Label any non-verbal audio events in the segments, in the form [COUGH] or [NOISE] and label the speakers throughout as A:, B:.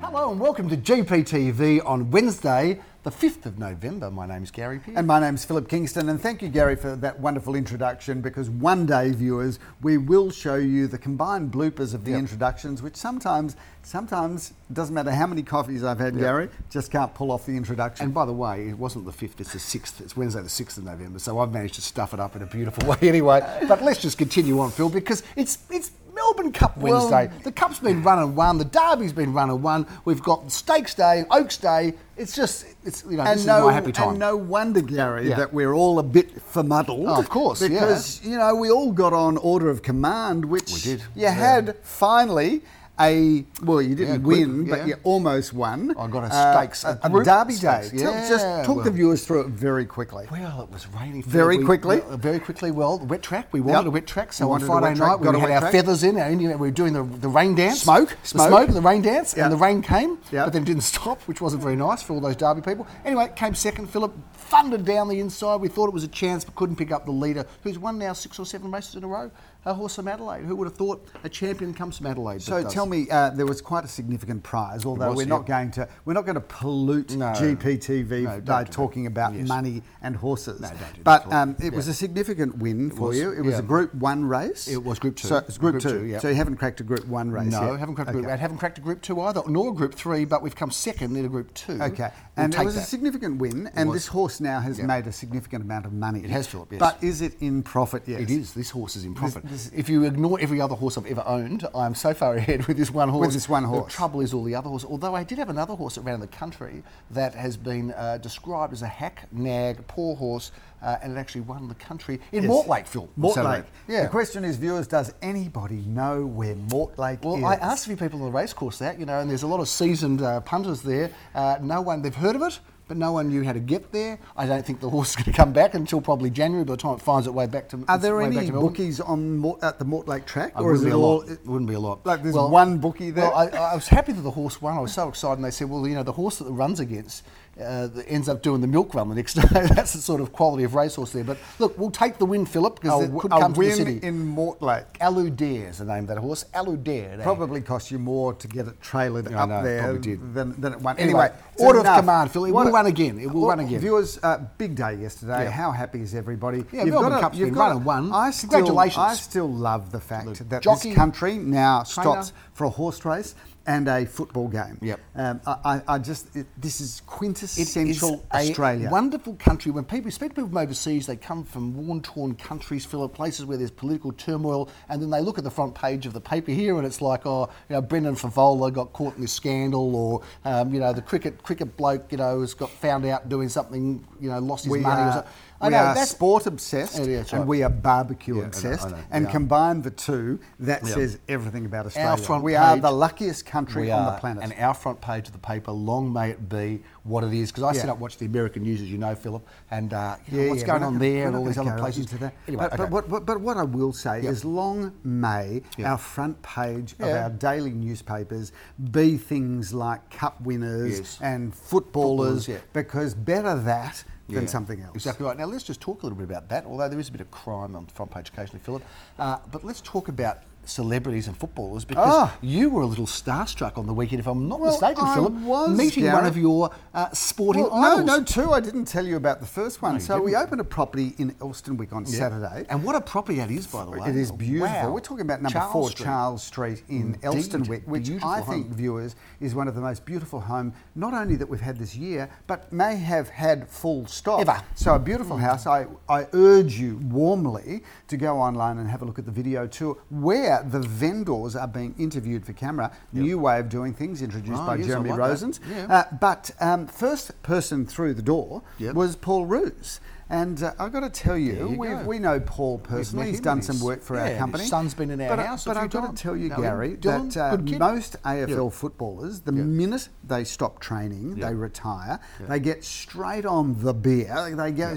A: Hello and welcome to GPTV on Wednesday, the 5th of November. My name's Gary Pearce.
B: And my name's Philip Kingston, and thank you, Gary, for that wonderful introduction. Because one day, viewers, we will show you the combined bloopers of the introductions, which sometimes, sometimes doesn't matter how many coffees I've had, Gary, just can't pull off the introduction.
A: And by the way, it wasn't the 5th, it's the 6th. It's Wednesday, the 6th of November, so I've managed to stuff it up in a beautiful [LAUGHS] way anyway. But let's just continue on, Phil, because it's, it's Melbourne Cup
B: Well-
A: Wednesday. the Cup's been run and won, the Derby's been run and won. We've got Stakes Day, Oaks Day. It's just, it's you know, this is my happy time.
B: and no wonder, Gary,
A: Yeah.
B: that we're all a bit bemuddled.
A: Oh, of course, yeah.
B: because you know we all got on order of command, which
A: We did.
B: You
A: Yeah.
B: had finally a well, you didn't
A: Yeah, quick,
B: win, but
A: yeah.
B: you almost won.
A: I got a
B: Uh,
A: stakes, a
B: a,
A: group
B: derby
A: stakes,
B: day. Tell-
A: yeah,
B: just talk
A: well.
B: the viewers through it very quickly.
A: Well, it was raining
B: Very quickly?
A: well, very quickly. Well, the wet track. We wanted
B: Yep.
A: a wet track,
B: We
A: so on
B: wanted a
A: Friday
B: wet track,
A: night we
B: got a
A: had
B: wet
A: our
B: track.
A: feathers in. Our Indian, we were doing the, the rain dance,
B: Smoke,
A: the
B: smoke.
A: smoke, and the rain dance,
B: Yeah.
A: and the rain came,
B: Yeah.
A: but then didn't stop, which wasn't very nice for all those Derby people. Anyway, it came second. Philip thundered down the inside. We thought it was a chance, but couldn't pick up the leader, who's won now six or seven races in a row. A horse from Adelaide. Who would have thought a champion comes from Adelaide? that
B: So
A: does.
B: tell me, uh, there was quite a significant prize, although
A: was,
B: we're not
A: yeah.
B: going to we're not going to pollute
A: No.
B: GPTV
A: No, don't do
B: by
A: that.
B: talking about
A: Yes.
B: money and horses.
A: No, don't do that at
B: but
A: all.
B: um, it was
A: Yeah.
B: a significant win for
A: was,
B: you. It was
A: yeah.
B: a Group One race.
A: It was Group Two.
B: So it's Group,
A: Group
B: Two.
A: Two, yeah.
B: So you haven't cracked a Group One race
A: No,
B: yet.
A: haven't cracked a
B: okay.
A: group. Haven't cracked a group two either, nor a group three. But we've come second in a group two.
B: Okay,
A: We'll
B: and it
A: take
B: was a
A: that.
B: significant win, and
A: was.
B: this horse now has
A: Yeah.
B: made a significant amount of money. It
A: has, Philip, yes.
B: But is it in profit yet?
A: It is. This horse is in profit. if you ignore every other horse I've ever owned, I'm so far [LAUGHS] ahead with this one horse.
B: this one
A: The
B: horse.
A: trouble is all the other horses. Although I did have another horse around the country that has been uh, described as a hack, nag, poor horse, uh, and it actually won the country in Mortlake, Phil. on Saturday.
B: Mortlake.
A: Yeah.
B: The question is, viewers, does anybody know where Mortlake
A: Well,
B: is?
A: I asked a few people on the racecourse that, you know, and there's a lot of seasoned uh, punters there. Uh, no one, they've heard of it, but no one knew how to get there. I don't think the [LAUGHS] horse is going to come back until probably January by the time it finds its way back to
B: Are there
A: way back
B: any
A: to Melbourne.
B: bookies on Mort, at the Mortlake track,
A: I
B: or is
A: wouldn't
B: it
A: be a
B: all?
A: lot. It wouldn't be a lot.
B: Like there's one bookie there.
A: Well, I, I was happy that the horse won. I was so excited, and they said, "Well, you know, the horse that it runs against uh, that ends up doing the milk run the next [LAUGHS] day." That's the sort of quality of racehorse there. But look, we'll take the win, Philip,
B: a,
A: because it could
B: a
A: come to
B: win
A: the city.
B: in Mortlake
A: Alu Dare is the name of that horse. Alu Dare. eh?
B: probably cost you more to get it trailered
A: Yeah, I
B: up
A: know, it
B: there
A: probably did.
B: than, than it won.
A: Anyway,
B: Anyway, it's
A: order of
B: enough.
A: command, Phil. It will run again. It will
B: Well,
A: run again.
B: Viewers, uh, big day yesterday.
A: Yeah.
B: How happy is everybody?
A: Yeah, Melbourne Cup's been run and won.
B: I still,
A: Congratulations.
B: I still love the fact
A: The
B: that
A: jockey,
B: this country now stops
A: trainer.
B: for a horse race. And a football game.
A: Yep.
B: Um, I, I I just, it, this is quintessential
A: a
B: Australia.
A: wonderful country. When people, especially people from overseas, they come from worn, torn countries, full of places where there's political turmoil, and then they look at the front page of the paper here, and it's like, oh, you know, Brendan Favola got caught in this scandal, or um, you know, the cricket cricket bloke, you know, has got found out doing something, you know, lost his
B: we
A: money. or
B: are,
A: something. I
B: we
A: know,
B: are
A: that's-
B: sport obsessed
A: Yeah, yeah, that's
B: and
A: right.
B: we are barbecue
A: I know,
B: obsessed.
A: I know,
B: and
A: we are.
B: combine the two, that
A: Yeah.
B: says everything about Australia.
A: front
B: we are
A: page-
B: the luckiest country
A: we
B: on
A: are,
B: the planet.
A: And our front page of the paper, long may it be what it is. Because I
B: Yeah.
A: sit up, watch the American news, as you know, Philip, and uh, you know,
B: Yeah,
A: what's
B: yeah,
A: going
B: we're
A: on
B: not gonna-
A: there
B: we're
A: and
B: not
A: all these
B: gonna
A: other
B: go
A: places.
B: into that.
A: Anyway,
B: but,
A: okay.
B: but, what, but, but what I will say
A: Yeah.
B: is, long may
A: Yeah.
B: our front page of
A: Yeah.
B: our daily newspapers be things like cup winners
A: Yes.
B: and footballers,
A: Footballers, yeah.
B: because better that than
A: Yeah,
B: something else.
A: Exactly right. Now let's just talk a little bit about that. Although there is a bit of crime on the front page occasionally, Philip. Uh, but let's talk about celebrities and footballers because
B: Ah.
A: you were a little starstruck on the weekend, if I'm not
B: Well,
A: mistaken,
B: I
A: Philip,
B: was,
A: meeting
B: Gareth.
A: one of your uh, sporting
B: Well,
A: idols.
B: No, no, two. I didn't tell you about the first one.
A: No, you
B: so we
A: didn't.
B: opened a property in Elstonwick on
A: Yeah.
B: Saturday.
A: And what a property that is, by the way.
B: It is beautiful.
A: Wow.
B: We're talking about number
A: Charles
B: four,
A: Street.
B: Charles Street in Elstonwick, which
A: Beautiful
B: I think,
A: home.
B: viewers, is one of the most beautiful home, not only that we've had this year, but may have had full stop.
A: Ever. Mm.
B: So a beautiful house. I, I urge you warmly to go online and have a look at the video tour where the vendors are being interviewed for camera. New way of doing things introduced
A: Ah,
B: by
A: yes, I
B: Jeremy
A: like that.
B: Rosens.
A: Yeah.
B: Uh, but um, first person through the door
A: Yep.
B: was Paul Roos. And uh, I've got to tell you,
A: There you
B: we,
A: go.
B: we know Paul personally.
A: met
B: He's
A: him
B: done
A: and
B: some
A: he's-
B: work for
A: yeah,
B: our
A: his
B: company.
A: son's been in our
B: but, I-
A: house a
B: But
A: few
B: I've got
A: times.
B: to tell you,
A: Know him.
B: Gary,
A: Dylan,
B: that uh,
A: good kid.
B: most AFL
A: Yeah.
B: footballers, the
A: Yeah.
B: minute they stop training,
A: Yeah.
B: they retire, they get straight on the beer, they go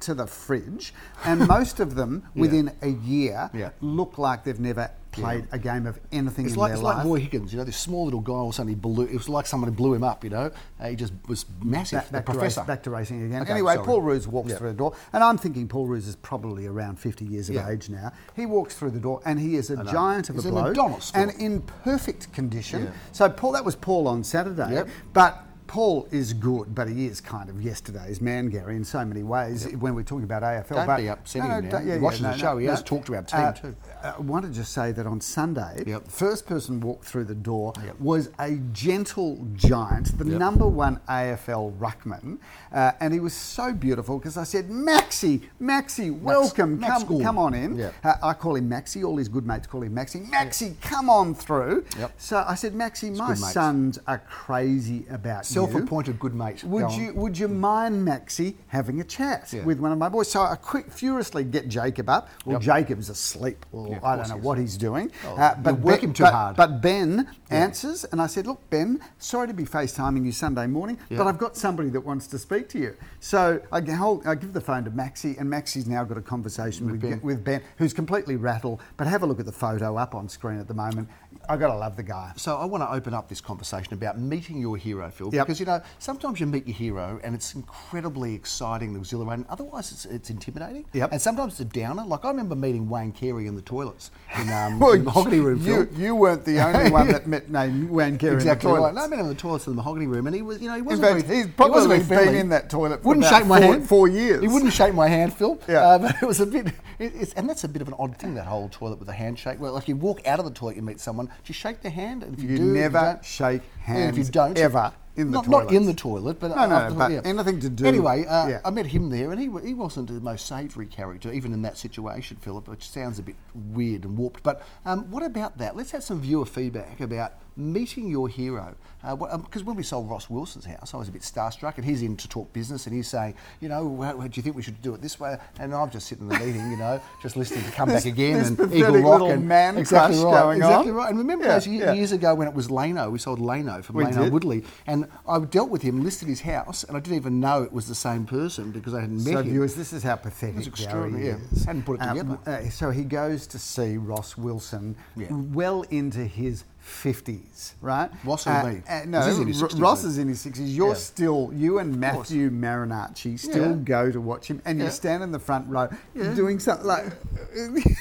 A: [LAUGHS]
B: to the fridge, and most of them, within a year,
A: Yeah.
B: look like they've never played a game of anything
A: It's
B: in
A: like
B: their
A: it's
B: life.
A: like Roy Higgins, you know, this small little guy all of a sudden he blew. It was like somebody blew him up, you know. Uh, he just was massive.
B: Back, back
A: the
B: to
A: professor.
B: race, back to racing again.
A: Okay,
B: anyway,
A: sorry.
B: Paul Roos walks
A: Yeah.
B: through the door, and I'm thinking Paul Roos is probably around 50 years of
A: Yeah.
B: age now. He walks through the door, and he is a giant of
A: He's
B: a
A: an
B: bloke,
A: Adonis,
B: and
A: Paul.
B: in perfect condition.
A: Yeah.
B: So Paul, that was Paul on Saturday,
A: Yep.
B: but. Paul is good, but he is kind of yesterday's man, Gary, in so many ways. When we're talking about AFL,
A: Don't
B: but
A: be upsetting him now.
B: don't-
A: He watches the show. He has talked to our team too.
B: Uh, I want to just say that on Sunday,
A: Yep.
B: the first person walked through the door
A: Yep.
B: was a gentle giant, the
A: Yep.
B: number one AFL ruckman, uh, and he was so beautiful because I said, "Maxi, Maxi, welcome,
A: Max
B: come,
A: Gordon."
B: come on in."
A: Yeah.
B: Uh, I call him Maxi. All his good mates call him Maxi. Maxi, come on through.
A: Yep.
B: So I said, "Maxi, my
A: good mates.
B: sons are crazy about you."
A: Self-appointed good mate. Go
B: Would
A: on.
B: you would you mind Maxie having a chat
A: Yeah.
B: with one of my boys? So I quick furiously get Jacob up. Well,
A: Yep.
B: Jacob's asleep, or
A: Yeah, of
B: I
A: course
B: don't know
A: he is.
B: what he's doing.
A: Oh,
B: Uh,
A: you
B: but
A: work
B: Ben-
A: him too
B: but-
A: hard.
B: But Ben answers, and I said, "Look, Ben, sorry to be FaceTiming you Sunday morning,
A: Yeah.
B: but I've got somebody that wants to speak to you." So I, g- hold, I give the phone to Maxie, and Maxie's now got a conversation with, with, ben.
A: Ben.
B: with Ben, who's completely rattled. But have a look at the photo up on screen at the moment. I got to love the guy.
A: So I want to open up this conversation about meeting your hero, Phil,
B: Yep.
A: because you know sometimes you meet your hero and it's incredibly exciting, and exhilarating. Otherwise, it's, it's intimidating.
B: Yep.
A: And sometimes it's a downer. Like I remember meeting Wayne Carey in the toilets in,
B: [LAUGHS]
A: um,
B: Well,
A: in the Hogany room.
B: You,
A: Phil.
B: you weren't the
A: [LAUGHS]
B: only one that met named Wayne Carey
A: Exactly
B: in the
A: right.
B: toilet.
A: No, I met him in the toilets in the mahogany room, and he was, you know, he
B: in
A: wasn't.
B: fact,
A: very,
B: he's
A: he wasn't
B: probably
A: very
B: been
A: friendly.
B: in that toilet for
A: wouldn't
B: about
A: shake my
B: four,
A: hand
B: four years.
A: He wouldn't shake my hand, Phil.
B: Yeah.
A: Uh, but it was a bit, it, it's, and that's a bit of an odd thing that whole toilet with a handshake. Well, if you walk out of the toilet, you meet someone, do you shake their hand? And if you,
B: You
A: do, if
B: never
A: you don't-
B: shake
A: and if you
B: hands
A: don't,
B: ever in the
A: not,
B: toilets.
A: not in the toilet, but
B: No, no,
A: after-
B: but anything to do-
A: Anyway, uh,
B: yeah.
A: I met him there, and he wa- he wasn't the most savoury character, even in that situation, Philip, which sounds a bit weird and warped. But um, what about that? Let's have some viewer feedback about meeting your hero. Uh, Because when we sold Ross Wilson's house, I was a bit starstruck, and he's in to talk business, and he's saying, you know, how, how do you think we should do it this way? And I'm just sitting in the meeting, you know, just listening to come
B: This-
A: back again
B: this
A: and
B: pathetic
A: Eagle Rock
B: little
A: and
B: man
A: exactly
B: crush
A: right,
B: going on.
A: exactly right. And remember
B: Yeah,
A: those ye-
B: yeah.
A: years ago when it was Lano, we sold Lano from
B: We
A: Lano
B: did.
A: Woodley, and I dealt with him, listed his house, and I didn't even know it was the same person because I hadn't met
B: So,
A: him.
B: viewers, this is how pathetic
A: It's extraordinary,
B: Gary
A: yeah.
B: is.
A: Hadn't put it together.
B: w- uh, so he goes to see Ross Wilson,
A: Yeah.
B: well into his fifties, right? Uh,
A: Ross or me?
B: no,
A: He's in his
B: R-
A: 60s,
B: Ross
A: mate.
B: is in his sixties. You're
A: Yeah.
B: still you and
A: course.
B: Matthew Marinacci still
A: Yeah.
B: go to watch him, and you
A: Yeah.
B: stand in the front row doing something like. [LAUGHS]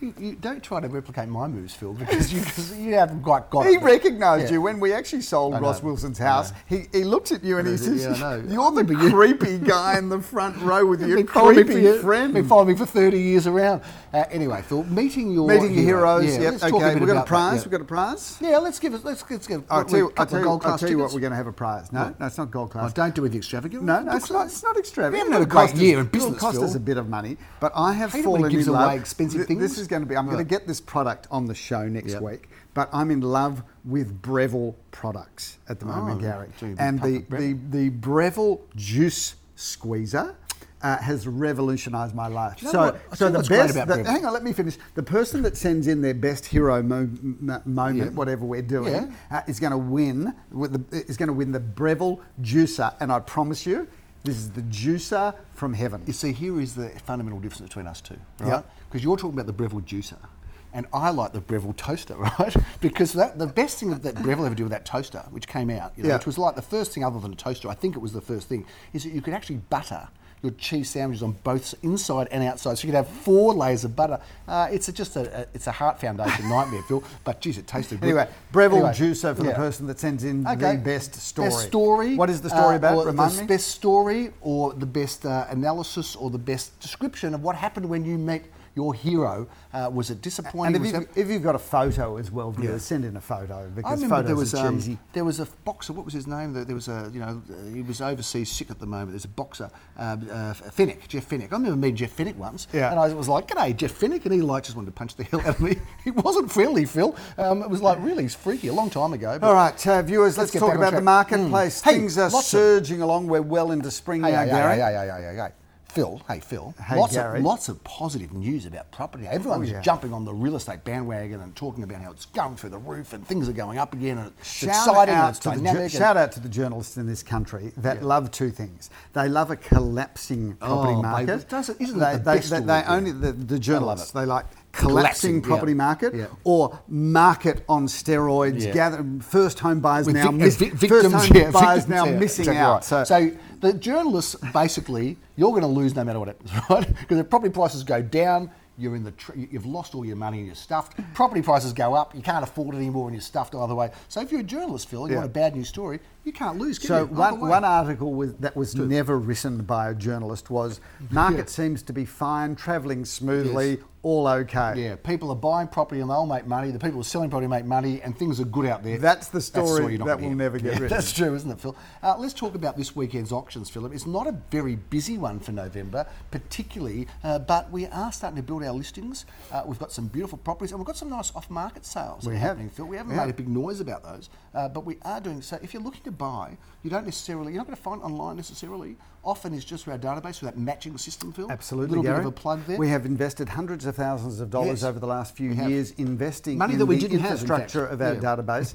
A: You, you don't try to replicate my moves, Phil, because you, cause you haven't quite got
B: He
A: it.
B: recognised
A: Oh, Yeah.
B: you when we actually sold
A: I know.
B: Ross Wilson's
A: I
B: house.
A: know.
B: He, he looks at you and he
A: [LAUGHS] Yeah,
B: says,
A: I know.
B: "You're the creepy guy in the front row
A: [LAUGHS]
B: with your
A: Been following me
B: creepy
A: for-
B: friend."
A: Been following me for 30 years around. Uh, anyway, Phil, meeting your
B: Meeting your heroes.
A: Yeah,
B: yep.
A: let's
B: Okay.
A: talk a bit
B: we've got a
A: about that,
B: prize.
A: yeah.
B: We've got a prize.
A: Yeah, let's give it. Let's, let's give.
B: I'll tell you. I'll tell you,
A: gold
B: I'll tell you what. We're going to have a prize. No, no, it's not gold class.
A: Oh, don't do with the extravagant.
B: No, no, it's not. It's not extravagant.
A: We haven't had
B: It'll
A: a great
B: cost us-
A: year in
B: It'll
A: business,
B: cost us
A: Phil.
B: a bit of money, but I have
A: Hate it when
B: fallen
A: it gives
B: in love.
A: away expensive
B: Th- This
A: things.
B: is going to be. I'm
A: Yeah.
B: going to get this product on the show next
A: Yeah.
B: week, but I'm in love with Breville products at the moment,
A: Oh,
B: Gary.
A: so you've been
B: And the,
A: pumping
B: the the Breville juice squeezer. Uh, has revolutionised my life.
A: Do you know
B: so,
A: what? I
B: so
A: tell you
B: the
A: what's great
B: best.
A: about
B: the-
A: Breville.
B: hang on, let me finish. The person that sends in their best hero mo- m- moment,
A: Yeah.
B: whatever we're doing,
A: Yeah.
B: uh, is going to win with the, is going to win the Breville juicer, and I promise you, this is the juicer from heaven.
A: You see, here is the fundamental difference between us two,
B: Yeah.
A: right? Because you're talking about the Breville juicer, and I like the Breville toaster, [LAUGHS] right? because that, the best thing that Breville ever did with that toaster, which came out, you know,
B: Yeah.
A: which was like the first thing other than a toaster, I think it was the first thing, is that you could actually butter your cheese sandwiches on both s- inside and outside, so you could have four layers of butter. Uh, it's a, just a, a- it's a heart foundation [LAUGHS] nightmare, Phil. But geez, it tasted good.
B: Anyway, Breville
A: Anyway,
B: juicer for the
A: yeah.
B: person that sends in the best story.
A: Best story.
B: What is the story
A: uh,
B: about?
A: or
B: Remind
A: the
B: me.
A: Best story or the best uh, analysis or the best description of what happened when you met your hero. Uh, was it
B: and
A: disappointing?
B: if
A: Was
B: you've,
A: that-
B: if you've got a photo as well, viewers,
A: Yeah.
B: send in a photo
A: I
B: because
A: remember
B: photos
A: there was
B: are
A: um,
B: cheesy.
A: there was a boxer. What was his name? There there was a you know uh, he was overseas sick at the moment. There's a boxer, um, uh, Finnick, Jeff Finnick. I remember meeting Jeff Finnick once,
B: Yeah.
A: and I was like, "G'day, Jeff Finnick," and he like just wanted to punch the [LAUGHS] hell out of me. he wasn't friendly, Phil. Um, it was like really freaky. A long time ago. but-
B: All right, uh, viewers,
A: Let's
B: let's,
A: get
B: talk
A: back on
B: about the
A: track.
B: marketplace.
A: Mm. Hey,
B: Things are
A: lots of-
B: surging along. We're well into spring
A: Hey,
B: now,
A: hey,
B: Gary.
A: hey, hey, hey, hey, hey, hey. Phil, hey Phil,
B: Hey,
A: lots
B: Gary. Oh,
A: of lots of positive news about property. Everyone's
B: yeah.
A: jumping on the real estate bandwagon and talking about how it's going through the roof and things are going up again and it's exciting and it's
B: to the
A: dynamic.
B: ju-
A: and-
B: shout out to the journalists in this country that love two things. They love a collapsing property
A: Oh, mate,
B: market.
A: doesn't- isn't
B: they,
A: it the
B: they,
A: best
B: they,
A: of
B: they
A: all,
B: only the, the journalists. They like collapsing
A: Collapsing,
B: property
A: yeah.
B: market
A: Yeah.
B: or market on steroids.
A: Yeah.
B: Gather, first home buyers
A: With vic-
B: now,
A: uh,
B: miss,
A: vic-
B: first home
A: yeah,
B: buyers
A: victims,
B: now
A: yeah,
B: missing
A: exactly
B: out.
A: right.
B: So,
A: the journalists basically, you're going to lose no matter what happens, [LAUGHS] right? Because if property prices go down, you're in the tr- you've lost all your money and you're stuffed. Property prices go up, you can't afford it anymore, and you're stuffed either way. So if you're a journalist, Phil, and you
B: Yeah.
A: want a bad news story, you can't lose. Can
B: so
A: you?
B: one,
A: Either way.
B: one article with, that was never written by a journalist was market seems to be fine, travelling smoothly,
A: Yes.
B: all okay.
A: Yeah, people are buying property and they'll make money. The people who are selling property make money, and things are good out there.
B: That's the
A: the
B: story
A: you're not gonna
B: that will
A: hear.
B: never get
A: Yeah, [LAUGHS]
B: written.
A: That's true, isn't it, Phil? Uh, let's talk about this weekend's auctions, Philip. It's not a very busy one for November, particularly, uh, but we are starting to build our listings. Uh, we've got some beautiful properties, and we've got some nice off-market sales.
B: We have.
A: happening, Phil. We haven't
B: Yeah.
A: made a big noise about those, uh, but we are doing so. If you're looking to buy, you don't necessarily you're not going to find online necessarily. Often it's just through our database with that matching system, Phil.
B: Absolutely,
A: A little
B: Gary.
A: bit of a plug there.
B: We have invested hundreds of thousands of dollars
A: Yes,
B: over the last few
A: we have.
B: years investing
A: Money
B: in
A: that we
B: the
A: didn't have, in
B: infrastructure
A: fact.
B: of our
A: Yeah.
B: database,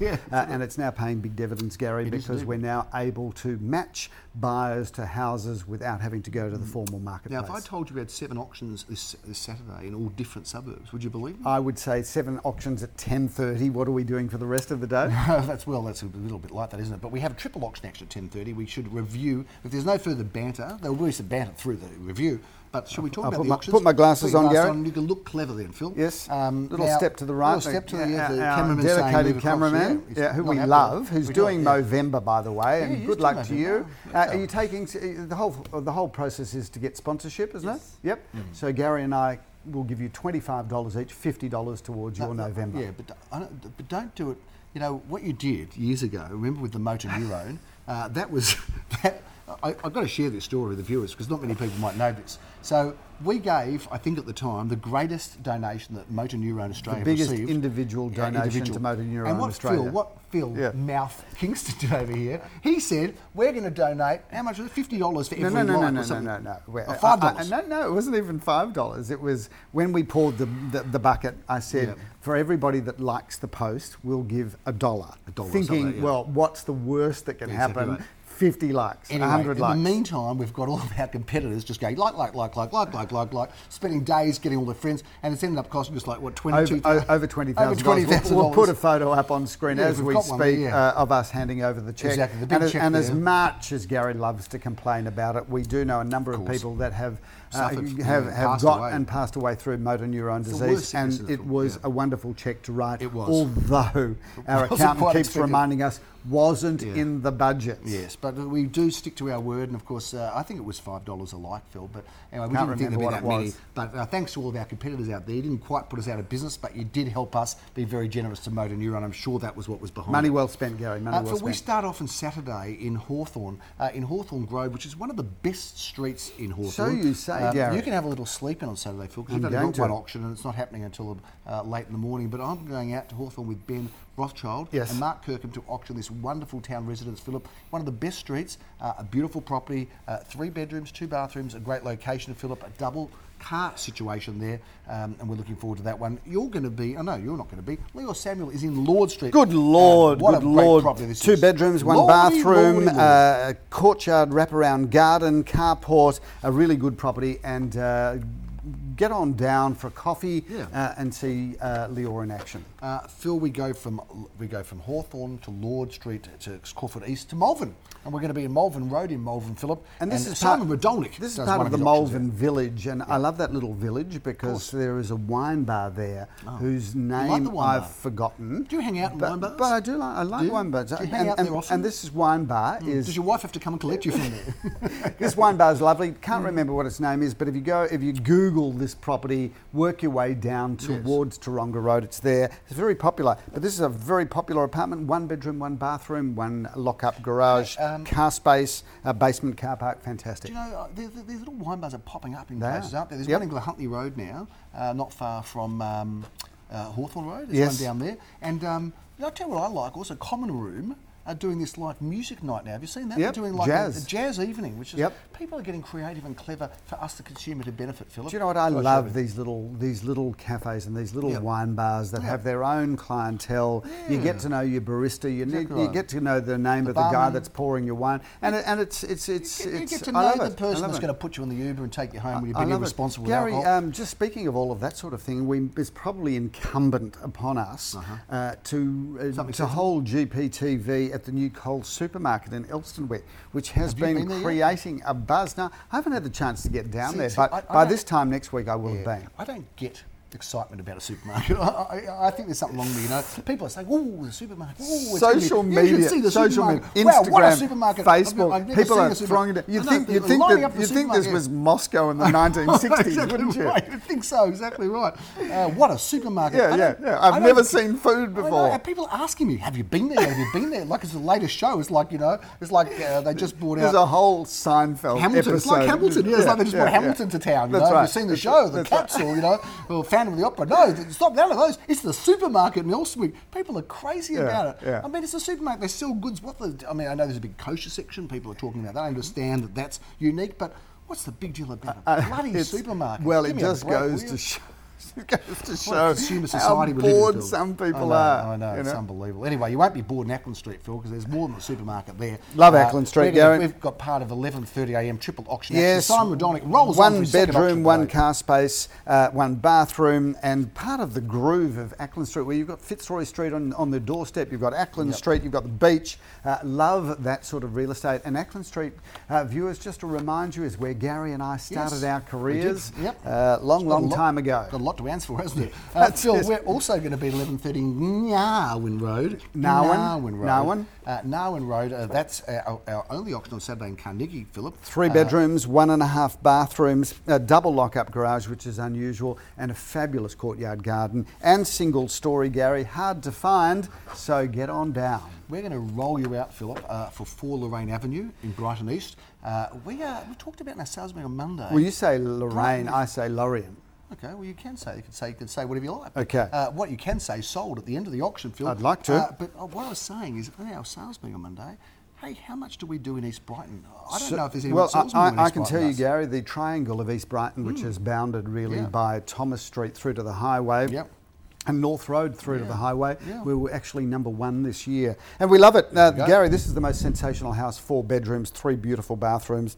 A: [LAUGHS] Yeah,
B: uh,
A: absolutely.
B: and it's now paying big dividends, Gary,
A: is
B: because
A: indeed.
B: we're now able to match buyers to houses without having to go to the formal
A: Mm. Now,
B: marketplace.
A: if I told you we had seven auctions this, this Saturday in all different suburbs, would you believe me?
B: I would say seven auctions at ten thirty. What are we doing for the rest of the day?
A: [LAUGHS] that's well, that's a little bit like that, isn't it? But we have a triple auction action at ten thirty. We should review. If there's no further banter, there will be some banter through the review. But should we talk
B: I'll
A: about
B: put
A: the
B: my-
A: auctions?
B: put my glasses
A: your
B: on,
A: glasses
B: Gary.
A: You can look clever then, Phil.
B: Yes.
A: Um,
B: little
A: now-
B: step to the right.
A: Little step to the,
B: Yeah,
A: yeah, the
B: our- our
A: cameraman saying,
B: dedicated
A: "Move across."
B: cameraman,
A: he's
B: yeah, who
A: not
B: we
A: happy.
B: love, who's
A: We don't,
B: doing
A: yeah.
B: Movember, by the way,
A: he
B: and
A: is
B: good
A: doing
B: luck to
A: Movember.
B: you.
A: Oh,
B: Uh,
A: okay.
B: are you taking uh, the whole the whole process is to get sponsorship, isn't it? Yep.
A: Mm.
B: So Gary and I will give you twenty five dollars each, fifty dollars towards your
A: No, no,
B: November.
A: Yeah, but, I don't, but don't do it. You know what you did years ago. Remember with the motor neurone? Uh, that was [LAUGHS] that. I, I've got to share this story with the viewers because not many people might know this. So we gave, I think at the time, the greatest donation that Motor Neurone Australia
B: biggest
A: received.
B: individual donation to Motor Neurone
A: And what
B: Australia.
A: Phil, what Phil
B: Yeah.
A: Mouth Kingston did over here, he said, we're going to donate, how much was it, $50 for
B: No,
A: every
B: no, no,
A: light
B: no,
A: or
B: no, no,
A: something.
B: no, no. Well,
A: Oh,
B: I-
A: $5.
B: I- No, no, it wasn't even five dollars. It was when we poured the the, the bucket. I said,
A: Yeah.
B: for everybody that likes the post, we'll give a dollar.
A: A dollar or
B: Thinking,
A: something, yeah.
B: well, what's the worst that can
A: Yeah, exactly
B: happen?
A: right.
B: Fifty likes,
A: Anyway,
B: hundred
A: in
B: likes.
A: the meantime, we've got all of our competitors just going like, like, like, like, like, like, like, like, spending days getting all their friends, and it's ended up costing us like what
B: over,
A: twenty-two
B: o- over twenty thousand dollars.
A: $20,000.
B: We'll, we'll put a photo up on screen
A: Yeah,
B: as
A: we've
B: we
A: got
B: speak
A: one there, yeah.
B: uh, of us handing over the check.
A: Exactly, the big
B: and as,
A: check
B: and as
A: there.
B: much as Gary loves to complain about it, we do know a number of,
A: course.
B: people that have uh,
A: Suffered,
B: have
A: yeah,
B: have
A: passed
B: got
A: away.
B: and passed away through motor neuron
A: the
B: disease,
A: worst sickness in
B: and
A: the
B: it
A: world,
B: was
A: yeah.
B: a wonderful check to write.
A: It was. [LAUGHS]
B: although our
A: wasn't
B: accountant
A: quite
B: keeps
A: expected.
B: reminding us wasn't
A: Yeah.
B: in the budget.
A: Yes, but we do stick to our word, and of course, uh, I think it was five dollars a like, Phil. But anyway, we
B: Can't
A: didn't think
B: remember
A: there'd be
B: what
A: that
B: it
A: many.
B: was.
A: But uh, thanks to all of our competitors out there, you didn't quite put us out of business, but you did help us be very generous to Motor Neuron. I'm sure that was what was behind.
B: Money
A: it.
B: well spent, Gary. Money
A: Uh,
B: well
A: Phil,
B: spent.
A: we start off on Saturday in Hawthorne, uh, in Hawthorne Grove, which is one of the best streets in Hawthorne.
B: you say,
A: Uh,
B: Gary.
A: You can have a little sleep in on Saturday, Phil, because
B: I'm
A: we've only
B: going
A: got one
B: to.
A: auction and it's not happening until uh, late in the morning. But I'm going out to Hawthorne with Ben Rothschild
B: Yes.
A: and Mark Kirkham to auction this wonderful town residence, Philip. One of the best streets, uh, a beautiful property, uh, three bedrooms, two bathrooms, a great location, Philip, a double car situation there, um, and we're looking forward to that one. You're going to be, I know you're not going to be, Leo Samuel is in Lord Street.
B: Good lord,
A: Uh, what
B: good
A: a great
B: lord.
A: property this
B: Two
A: is.
B: bedrooms, one
A: Lordy,
B: bathroom,
A: lordy, lordy.
B: Uh, courtyard, wraparound garden, carport, a really good property. And uh, get on down for coffee
A: Yeah.
B: uh, and see uh, Leor in action.
A: Uh, Phil, we go from we go from Hawthorne to Lord Street to Crawford East to Malvern, and we're going to be in Malvern Road in Malvern, Philip.
B: And this is
A: Simon
B: part,
A: Radolnik.
B: This is
A: does
B: part
A: one
B: of the
A: his auctions there.
B: Malvern Village, and I love that little village because there is a wine bar there whose
A: Oh. like
B: name
A: the wine
B: I've
A: bar?
B: forgotten.
A: Do you hang out in
B: but,
A: wine bars?
B: But I do like I like
A: Do you?
B: wine bars.
A: Do you
B: and,
A: hang out
B: and-
A: there often? Hmm.
B: and this is wine bar is
A: Does your wife have to come and collect you
B: [LAUGHS]
A: from there?
B: this wine bar is
A: [LAUGHS]
B: lovely.
A: Mm.
B: Can't remember what its name is, but if you go, if you Google this property, work your way down towards Taronga Road. It's there. It's very popular. But this is a very popular apartment: one bedroom, one bathroom, one lock-up garage, car space, a basement car park.
A: um,
B: Fantastic.
A: Do you know, uh, there, there- these little wine bars are popping up in
B: They
A: places,
B: are.
A: aren't there? There's
B: Yep.
A: one in Glenhuntly Road now, uh, not far from um, uh, Hawthorne Road. There's
B: Yes.
A: one down there. And um, you know, I'll tell you what I like also Common Room. are doing this like music night now. Have you seen that?
B: Yep,
A: They're doing like A,
B: jazz.
A: a jazz evening, which is
B: Yep.
A: people are getting creative and clever for us, the consumer, to benefit. Philip,
B: Do you know what I
A: Oh,
B: love?
A: sure.
B: These little these little cafes and these little
A: Yeah.
B: wine bars that have their own clientele. You get to know your barista. You need, you
A: right.
B: get to know the name of the guy
A: barman.
B: that's pouring your wine. And it, and it's it's it's
A: You
B: it's.
A: get to
B: I
A: know
B: love
A: the
B: it. I
A: person
B: love
A: that's
B: it.
A: going to put you on the Uber and take you home when you've
B: I
A: been
B: love it.
A: irresponsible with
B: Gary,
A: alcohol.
B: um, just speaking of all of that sort of thing, we, it's probably incumbent upon us
A: Uh-huh.
B: uh to uh, to hold GPTV at the new Coles supermarket in Elstonwick, which has
A: you
B: been,
A: been there yet?
B: creating a buzz. Now, I haven't had the chance to get down
A: See,
B: there,
A: see,
B: but
A: I- I
B: by
A: don't- Oh,
B: this time next week I will have been.
A: I don't get excitement about a supermarket. [LAUGHS] I, I, I think there's something wrong there. You know, people are saying, "Ooh, the supermarket." Ooh, it's gonna be-"
B: Social
A: You should
B: media,
A: see the
B: social
A: supermarket.
B: media,
A: wow,
B: Instagram,
A: what a supermarket! I've never-
B: Facebook.
A: I've never
B: people
A: seen a
B: are
A: supermarket.
B: throwing it. You
A: I know,
B: think you
A: people
B: think
A: lining
B: that,
A: up the
B: you think this
A: supermarket.
B: was Moscow
A: [LAUGHS]
B: in the 1960s, wouldn't you?
A: Right, you'd think so, exactly right. Uh, what a supermarket.
B: Yeah,
A: I
B: yeah,
A: don't-
B: yeah.
A: I
B: I've
A: don't-
B: never seen food
A: I know,
B: before.
A: and people are asking me, have you been there? Have you been there? Like it's the latest show. It's like, you know, it's like uh, they just brought
B: There's
A: out
B: a whole Seinfeld
A: Hamilton. It's
B: episode.
A: like Hamilton. Yeah, it's like they just brought
B: yeah,
A: Hamilton
B: yeah.
A: to town. You
B: That's
A: know,
B: right.
A: you've seen the
B: That's
A: show,
B: right.
A: the
B: That's right.
A: capsule, you know, or Phantom of the Opera. No, th- stop none of those. It's the supermarket in Elswick. People are crazy
B: Yeah,
A: about it.
B: yeah.
A: I mean, it's a supermarket. They sell goods. What the? I mean, I know there's a big kosher section. People are talking about that. I understand that that's unique, but. What's the big deal about a bloody
B: Uh, It's-
A: supermarket?
B: Well,
A: Give
B: it
A: me a
B: just
A: break, will
B: goes to [LAUGHS]
A: you?
B: show. It goes to
A: What a
B: show
A: consumer society
B: how
A: we live in,
B: bored
A: Phil.
B: some people
A: I know,
B: are.
A: I know,
B: you
A: it's unbelievable. Anyway, you won't be bored in Ackland Street, Phil, because there's more than a supermarket there.
B: Love Ackland Street,
A: we're
B: Gary.
A: Gonna, we've got part of 11.30am triple auction
B: Yes,
A: action. Simon Rodonic rolls on
B: one
A: for his second
B: bedroom,
A: auction
B: one
A: today.
B: car space, uh, one bathroom, and part of the groove of Ackland Street, where you've got Fitzroy Street on, on the doorstep, you've got Ackland Street, you've got the beach. Uh, love that sort of real estate. And Ackland Street, uh, viewers, just to remind you, is where Gary and I started
A: Yes,
B: our
A: we did.
B: careers
A: Yep.
B: uh, long,
A: Got a
B: long
A: lot-
B: time ago.
A: Got a lot to answer for, hasn't
B: [LAUGHS]
A: it? Uh,
B: That's
A: Phil,
B: it.
A: we're also going to be 1130 Narwin Road.
B: Narwin?
A: Road.
B: Narwin?
A: Uh, Narwin Road. Uh, that's our, our only auction on Saturday in Carnegie, Philip.
B: Three bedrooms, one and a half bathrooms, a double lock-up garage, which is unusual, and a fabulous courtyard garden and single story, Gary. Hard to find, so get on down.
A: We're going to roll you out, Philip, uh, for 4 Lorraine Avenue in Brighton East. Uh, we, uh, we talked about in our sales meeting on Monday.
B: Well, you say Lorraine, I say Lorien.
A: Okay, well you can say you can say you can say whatever you like.
B: Okay.
A: Uh, what you can say sold at the end of the auction, Phil.
B: I'd like to.
A: Uh, but uh, what I was saying is, in our sales meeting on Monday, hey, how much do we do in East Brighton? I don't know if there's any
B: Well, I,
A: salesmen
B: I,
A: in
B: I
A: East
B: can
A: Brighton
B: tell you,
A: us.
B: Gary, the triangle of East Brighton, which is bounded really
A: Hmm. Yeah.
B: by Thomas Street through to the highway.
A: Yep.
B: And North Road through to the highway.
A: Yeah.
B: We were actually number one this year. And we love it. Uh,
A: go.
B: Gary, this is the most sensational house four bedrooms, three beautiful bathrooms.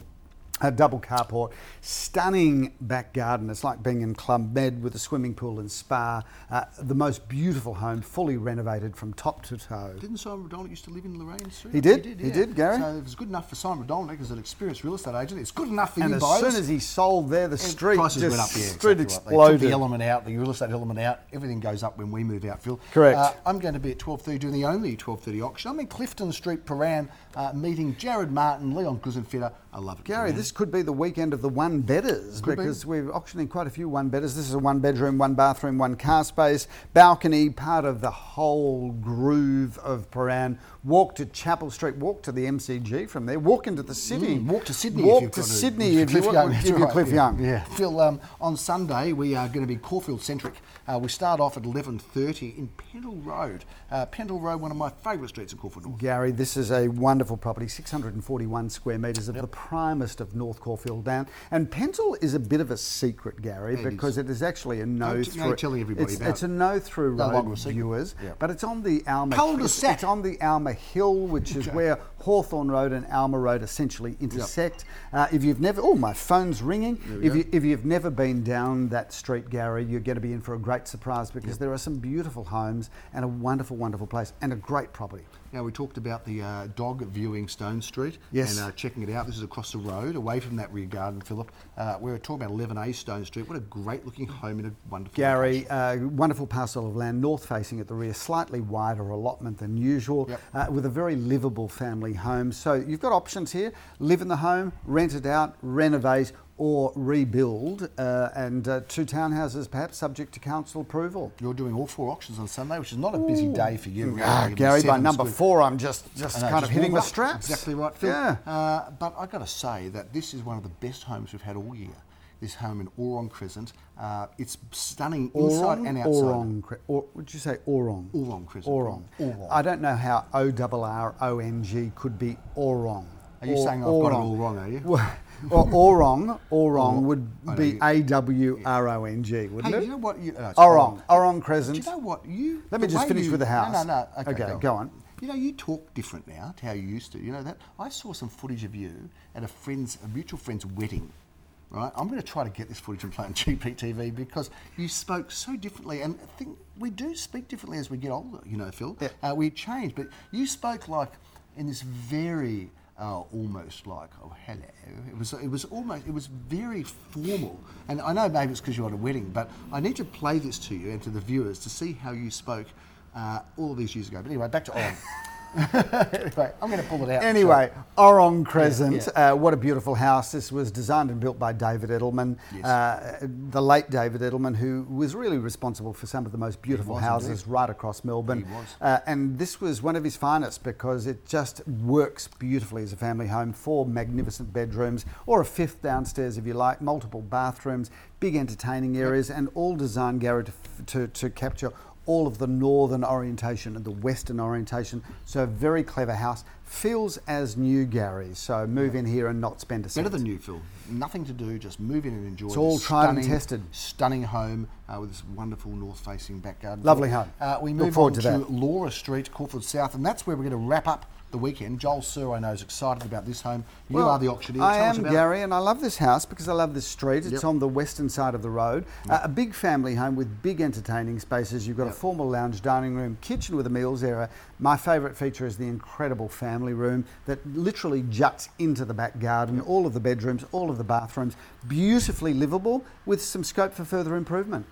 B: A double carport, stunning back garden. It's like being in Club Med with a swimming pool and spa. Uh, the most beautiful home, fully renovated from top to toe.
A: Didn't Simon Rodonick used to live in Lorraine Street?
B: He did, he did, Gary.
A: So it was good enough for Simon Rodonick as an experienced real estate agent. It's good enough for
B: And
A: you
B: as
A: buyers.
B: soon as he sold there, the street
A: prices
B: just
A: went up. Yeah, exactly Right.
B: street
A: They took
B: exploded.
A: the element out, the real estate element out. Everything goes up when we move out, Phil.
B: Correct.
A: Uh, I'm going to be at 12:30 doing the only 12:30 auction. I'm in Clifton Street, Paran, uh, meeting Jared Martin, Leon Guzenfitter. I love it.
B: Gary,
A: Paran.
B: this could be the weekend of the one bedders
A: Could be.
B: because we're auctioning quite a few one bedders. This is a one bedroom, one bathroom, one car space, balcony, part of the whole groove of Paran. Walk to Chapel Street, walk to the MCG from there, walk into the city.
A: Mm, walk to Sydney. if
B: Walk
A: you've
B: to
A: got to-
B: Sydney if,
A: Cliff
B: you
A: Young,
B: want,
A: that's
B: if you're
A: right,
B: Cliff
A: yeah,
B: Young.
A: Yeah, Phil. Um, on Sunday we are going to be Caulfield centric. Uh, we start off at 11:30 in Pendle Road. Uh, Pendle Road, one of my favourite streets in Caulfield North.
B: Gary, this is a wonderful property, 641 square metres of the primest of North Caulfield Down. And Pentel is a bit of a secret, Gary,
A: It is.
B: because it is actually a no,
A: No t-
B: through.
A: no telling everybody
B: it's,
A: about
B: it's
A: it.
B: a no through
A: No longer
B: road,
A: a secret.
B: viewers,
A: Yeah.
B: but it's on the Alma it's,
A: Cul-de-sac.
B: it's on the Alma Hill, which is where Hawthorne Road and Alma Road essentially intersect. Uh, if you've never, oh, my phone's ringing. If, you, if you've never been down that street, Gary, you're going to be in for a great surprise because there are some beautiful homes and a wonderful, wonderful place and a great property.
A: Now, we talked about the uh, dog viewing Stone Street
B: Yes.
A: and uh, checking it out. This is across the road, away from that rear garden, Philip. Uh, we were talking about 11A Stone Street. What a great looking home in a wonderful
B: Gary,
A: location.
B: uh, wonderful parcel of land, north facing at the rear, slightly wider allotment than usual,
A: Yep.
B: uh, with a very livable family home. So you've got options here live in the home, rent it out, renovate, or rebuild, uh, and uh, two townhouses perhaps subject to council approval.
A: You're doing all four auctions on Sunday, which is not a busy day for you. really.
B: Ah,
A: You've got
B: Gary, by
A: seven
B: number
A: square-
B: four, I'm just, just
A: I know,
B: kind of
A: just
B: hitting my
A: warm up.
B: straps.
A: Exactly right, Phil.
B: Yeah.
A: Uh, but I've got to say that this is one of the best homes we've had all year. this home in Oron Crescent. Uh, it's stunning inside
B: Oron
A: and outside.
B: Oron, Cre- or would you say Oron?
A: Oron Crescent.
B: Oron.
A: Oron.
B: I don't know how O R R O N G could be Oron.
A: Are you
B: Or-
A: saying I've got it
B: Orong.
A: all wrong, are you?
B: Well, well, Orong, Orong
A: I
B: would
A: know
B: be
A: you-
B: A W R O N G, wouldn't
A: Hey,
B: it?
A: you know what? You, no, it's
B: Orong, Orong Crescent.
A: Do you know what you?
B: Let me
A: the
B: just
A: way
B: finish
A: you-
B: with the house.
A: No, no, no. Okay,
B: Okay,
A: go, on.
B: go on.
A: You know, you talk different now to how you used to. You know that I saw some footage of you at a friend's, a mutual friend's wedding. Right, I'm going to try to get this footage and play on [LAUGHS] GPTV because you spoke so differently, and I think we do speak differently as we get older. You know, Phil,
B: Yeah.
A: uh, we change, but you spoke like in this very. Uh, almost like oh hello it was it was almost it was very formal and I know maybe it's because you're at a wedding but I need to play this to you and to the viewers to see how you spoke uh, all these years ago but anyway back to on [LAUGHS] anyway I'm going to pull it out
B: Anyway, Orong Crescent,
A: Yeah,
B: Uh, what a beautiful house. This was designed and built by David Edelman, uh, the late David Edelman, who was really responsible for some of the most beautiful
A: was
B: houses
A: indeed.
B: right across Melbourne.
A: He was.
B: Uh, and this was one of his finest because it just works beautifully as a family home. Four magnificent bedrooms, or a fifth downstairs if you like, multiple bathrooms, big entertaining areas, and all designed, Gary, to, f- to, to capture all of the northern orientation and the western orientation. So, a very clever house. Feels as new, Gary. So, move in here and not spend a cent.
A: Better than new, Phil. Nothing to do, just move in and enjoy. It's
B: all tried and tested.
A: Stunning home uh, with this wonderful north-facing back garden.
B: Lovely home.
A: Uh, we
B: Look
A: move
B: forward
A: on
B: to
A: to,
B: that.
A: Laura Street, Crawford South, and that's where we're going to wrap up the weekend. Joel Sir, I know, is excited about this home. You
B: Well,
A: are the auctioneer.
B: I
A: Tell us
B: am
A: about
B: Gary, and I love this house because I love this street. It's
A: Yep.
B: on the western side of the road. Uh, a big family home with big entertaining spaces. You've got a formal lounge, dining room, kitchen with a meals area. My favourite feature is the incredible family room that literally juts into the back garden. All of the bedrooms, all of the bathrooms, beautifully livable with some scope for further improvement.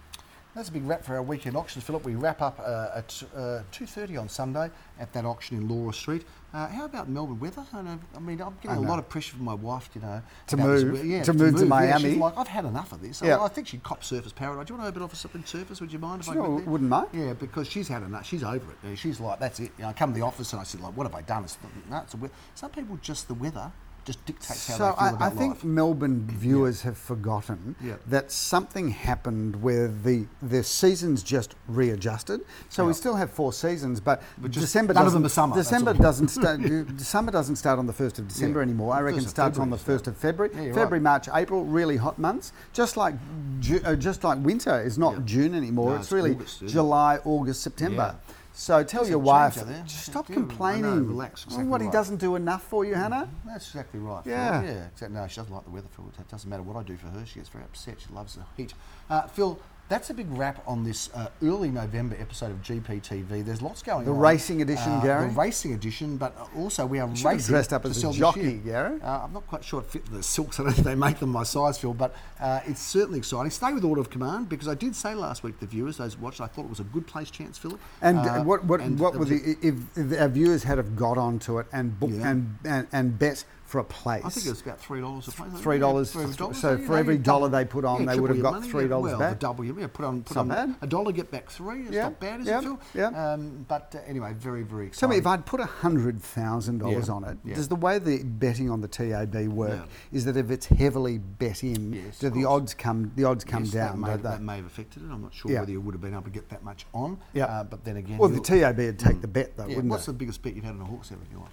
A: That's a big wrap for our weekend auctions, Philip. We wrap up uh, at uh, two thirty on Sunday at that auction in Laura Street. Uh, how about Melbourne weather? I, know, I mean, I'm getting a lot of pressure from my wife, you know,
B: To
A: about this
B: move-
A: we- yeah,
B: to move to
A: yeah.
B: Miami.
A: she's like, I've had enough of this. I-
B: Yeah.
A: I, think she'd cop Surface Paradise. Do you want to open off for something Surface? Would you mind if I
B: Sure,
A: went there?
B: wouldn't mind.
A: Yeah, because she's had enough. She's over it. You know, She's like, that's it. You know, I come to the office and I said, like, what have I done? It's not, no, it's the we- Some people just the weather just dictates how
B: So
A: they feel
B: I,
A: about
B: I think
A: life.
B: Melbourne viewers have forgotten
A: Yeah.
B: that something happened where the the seasons just readjusted. So we
A: Yeah.
B: still have four seasons, but,
A: just
B: December
A: none of
B: doesn't
A: them are summer, that's
B: December
A: all. [LAUGHS]
B: doesn't start. December doesn't start on the first of December
A: Yeah.
B: anymore. I
A: First
B: reckon
A: of
B: it starts on the
A: February
B: first of February.
A: Yeah, you're
B: February,
A: right.
B: March, April, really hot months. Just like Ju- uh, just like winter is not
A: Yeah.
B: June anymore.
A: No,
B: it's,
A: it's
B: really
A: August, isn't it?
B: July, August, September.
A: Yeah.
B: So tell
A: There's
B: your
A: a
B: wife,
A: change there.
B: stop
A: Yeah, I know,
B: complaining.
A: relax,
B: Well,
A: exactly
B: what he
A: right.
B: doesn't do enough for you, Hannah.
A: That's exactly right. Phil.
B: Yeah.
A: Yeah. Except no, she doesn't like the weather, Phil. It doesn't matter what I do for her. She gets very upset. She loves the heat. Uh, Phil, that's a big wrap on this uh, early November episode of GPTV. There's lots going
B: The
A: on. Uh,
B: racing edition, Gary?
A: The racing edition, but uh, also we are
B: should have
A: racing.
B: dressed up
A: to
B: as a
A: sell this
B: jockey,
A: year.
B: Gary.
A: Uh, I'm not quite sure it fit the silks. [LAUGHS] I don't think they make them my size, Phil, but uh, it's certainly exciting. Stay with Order of Command because I did say last week to the viewers, those who watched, I thought it was a good place chance, Philip.
B: And
A: Uh,
B: uh, what what
A: and
B: what
A: that
B: were
A: was a-
B: the if, if our viewers had have got onto it and booked
A: Yeah.
B: and, and and bet for a place?
A: I think it was about three dollars a place.
B: Three dollars.
A: Yeah, $3.
B: So
A: you
B: for
A: know,
B: every
A: you
B: dollar
A: double-
B: they put on,
A: yeah,
B: they
A: triple
B: would have
A: your
B: got
A: money,
B: three
A: yeah.
B: dollars
A: well,
B: back.
A: the double your yeah, put on put
B: Not
A: on
B: bad.
A: a dollar get back three. It's
B: Yeah,
A: not bad, is
B: yeah,
A: it, Phil?
B: yeah.
A: Um, but uh, anyway, very very
B: Tell
A: exciting.
B: me, if I'd put hundred thousand dollars
A: Yeah.
B: on it,
A: Yeah.
B: does the way the betting on the TAB work
A: Yeah.
B: is that if it's heavily bet in,
A: Yes,
B: do
A: of
B: the
A: course.
B: odds come the odds come
A: Yes, that
B: down?
A: may,
B: don't they?
A: that may have affected it. I'm not sure
B: Yeah.
A: whether you would have been able to get that much on.
B: Yeah.
A: Uh, but then again,
B: Well, the
A: you'll-
B: TAB would take the bet though,
A: Mm. yeah,
B: wouldn't
A: what's
B: it?
A: the biggest bet you've had on a horse ever in your life?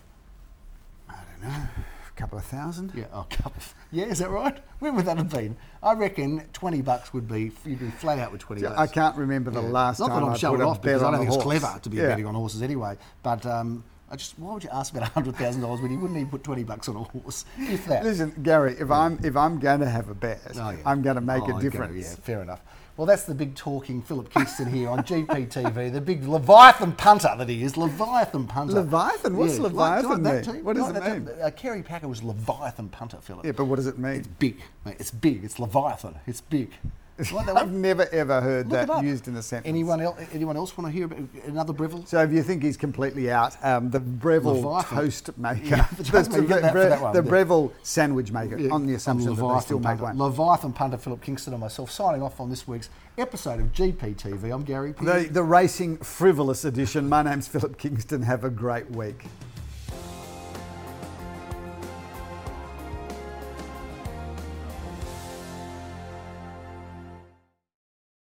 B: A couple of thousand.
A: Yeah, oh, [LAUGHS] come- yeah, is that right? When would that have been? I reckon twenty bucks would be you'd be flat out with twenty.
B: Yeah,
A: bucks.
B: I can't remember the
A: Yeah.
B: last
A: Not
B: time
A: that I'm
B: I
A: showing
B: put a
A: off
B: bet
A: because I
B: on
A: don't
B: a
A: think it's
B: horse.
A: clever to be
B: Yeah.
A: betting on horses anyway. But um, I just why would you ask about hundred thousand dollars when you wouldn't even put twenty bucks on a horse if that?
B: Listen, Gary, if I'm if I'm going to have a bet,
A: Oh, yeah.
B: I'm going to make
A: Oh,
B: a
A: okay,
B: difference.
A: yeah, fair enough. Well, that's the big talking Philip Kingston here on GPTV, the big Leviathan punter that he is. Leviathan punter.
B: Leviathan? What's
A: like- like
B: Leviathan
A: that
B: mean?
A: too?
B: What does
A: Like
B: it
A: that
B: mean?
A: too. Uh, Kerry Packer was Leviathan punter, Philip.
B: Yeah, but what does it mean?
A: It's big, mate. It's big. It's Leviathan. It's big. Like that
B: I've
A: one?
B: never ever heard
A: Look it
B: that
A: up.
B: used in a sentence.
A: Anyone else? Anyone else want to hear about another Breville?
B: So if you think he's completely out, um, the Breville
A: Leviathan.
B: toast maker,
A: Yeah,
B: the, [LAUGHS]
A: trust me, you get that for that one,
B: the
A: yeah.
B: Breville sandwich maker,
A: Yeah,
B: on the
A: I'm
B: assumption that they
A: Leviathan
B: still make
A: punter,
B: one.
A: Leviathan punter Philip Kingston and myself signing off on this week's episode of GPTV. I'm Gary. Pearce.
B: The, the racing frivolous edition. My name's Philip Kingston. Have a great week.